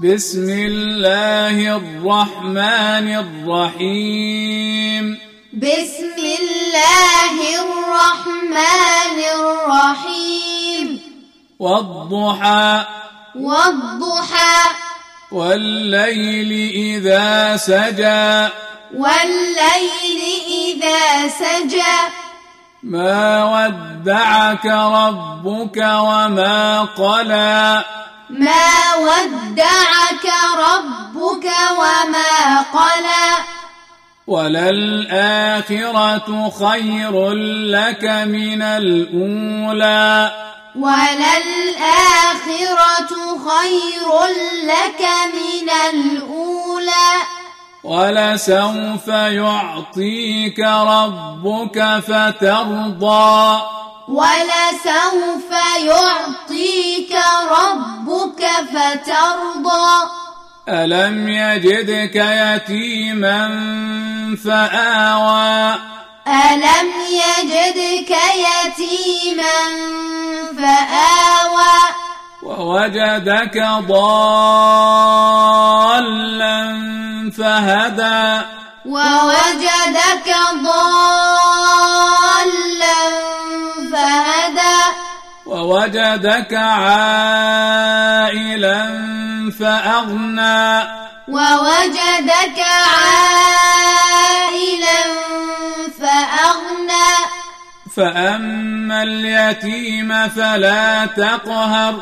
بسم الله الرحمن الرحيم بسم الله الرحمن الرحيم والضحى والضحى والليل إذا سجى والليل إذا سجى ما ودعك ربك وما قلى ما ودعك ربك وما قلى وللآخرة خير لك من الأولى وللآخرة خير لك من الأولى ولسوف يعطيك ربك فترضى ولسوف يعطيك ربك فترضى ألم يجدك يتيما فآوى ألم يجدك يتيما فآوى ووجدك ضالا فهدى ووجدك ضالا فهدى ووجدك عائلا فأغنى ووجدك عائلا فأغنى فأما اليتيم فلا تقهر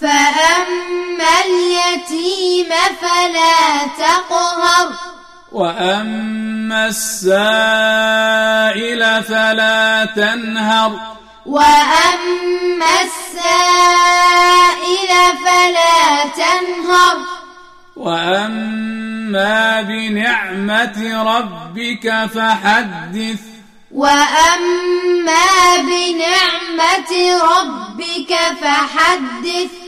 فأما اليتيم فلا تقهر وأما السائل فلا تنهر وأما السائل فلا تنهر وأما بنعمة ربك فحدث وأما بنعمة ربك فحدث